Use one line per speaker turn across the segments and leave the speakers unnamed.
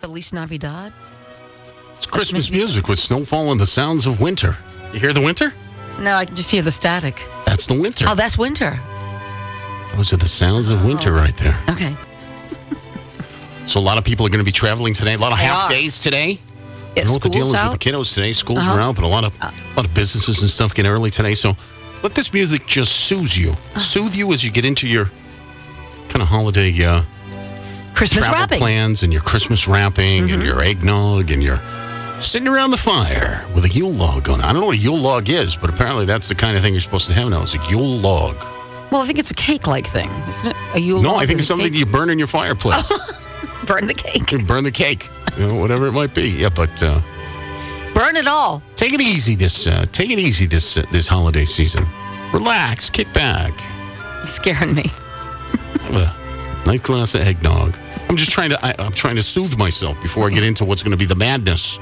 Feliz Navidad?
It's Christmas music with snowfall and the sounds of winter. You hear the winter?
No, I can just hear the static.
That's the winter.
Oh, that's winter.
Those are the sounds of winter
Oh.
right there.
Okay.
So a lot of people are going to be traveling today. A lot of
They
half
are.
days today.
Yeah,
I don't know what the deal
school's
is with
out. Uh-huh.
the kiddos today. Schools are out, but a lot of a lot of businesses and stuff get early today. So let this music just soothe you,
Uh.
soothe you as you get into your kind of holiday uh,
Christmas
travel
wrapping. Mm-hmm.
plans and your Christmas wrapping and your eggnog and your sitting around the fire with a Yule log on. I don't know what a Yule log is, but apparently that's the kind of thing you're supposed to have now. It's a Yule log.
Well, I think it's a cake-like thing, isn't it? A Yule
no,
log
I think
is
it's
a
something
cake. Oh,
you burn in your fireplace.
burn the cake,
You burn the cake, you know, whatever it might be. Yeah, but. Uh,
burn it all.
Take it easy this uh, take it easy this uh, this holiday season. Relax, kick back,
You're scaring me.
have a nice glass of eggnog. I'm just trying to I, I'm trying to soothe myself before I get into what's going to be the madness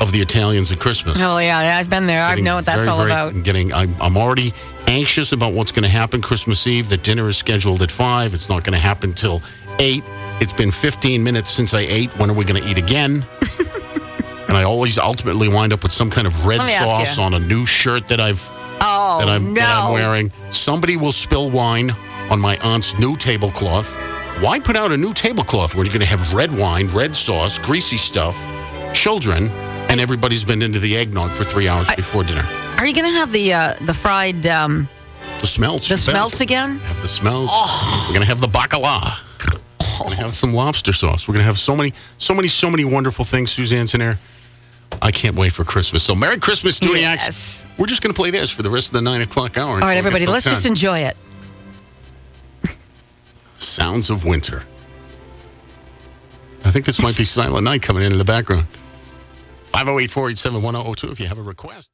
of the Italians at Christmas.
Oh yeah, I've been there. I
Getting
know what that's
very,
all
very-
about.
I'm getting I'm, I'm already anxious about what's going to happen Christmas Eve. The dinner is scheduled at five. It's not going to happen till eight. It's been 15 minutes since I ate. When are we going to eat again? and I always ultimately wind up with some kind of red
Let me ask
sauce
you.
on a new shirt that I've
Oh
that I'm,
no!
that I'm wearing. Somebody will spill wine on my aunt's new tablecloth. Why put out a new tablecloth when you're going to have red wine, red sauce, greasy stuff, children, and everybody's been into the eggnog for three hours before dinner?
Are you going to have the uh, the fried um,
The smelts.
the
you bet.
smelts Oh. again?
Have the smelts. We're going to have the bacala. We're going to have some lobster sauce. We're going to have so many, so many, so many wonderful things, Suzanne's in there. I can't wait for Christmas. So, Merry Christmas, Duniacs.
Yes.
We're just going to play this for the rest of the nine o'clock hour.
All right, everybody, let's just enjoy it.
Sounds of Winter. I think oh this might be Silent Night coming in in the background. 508 487 1002 if you have a request.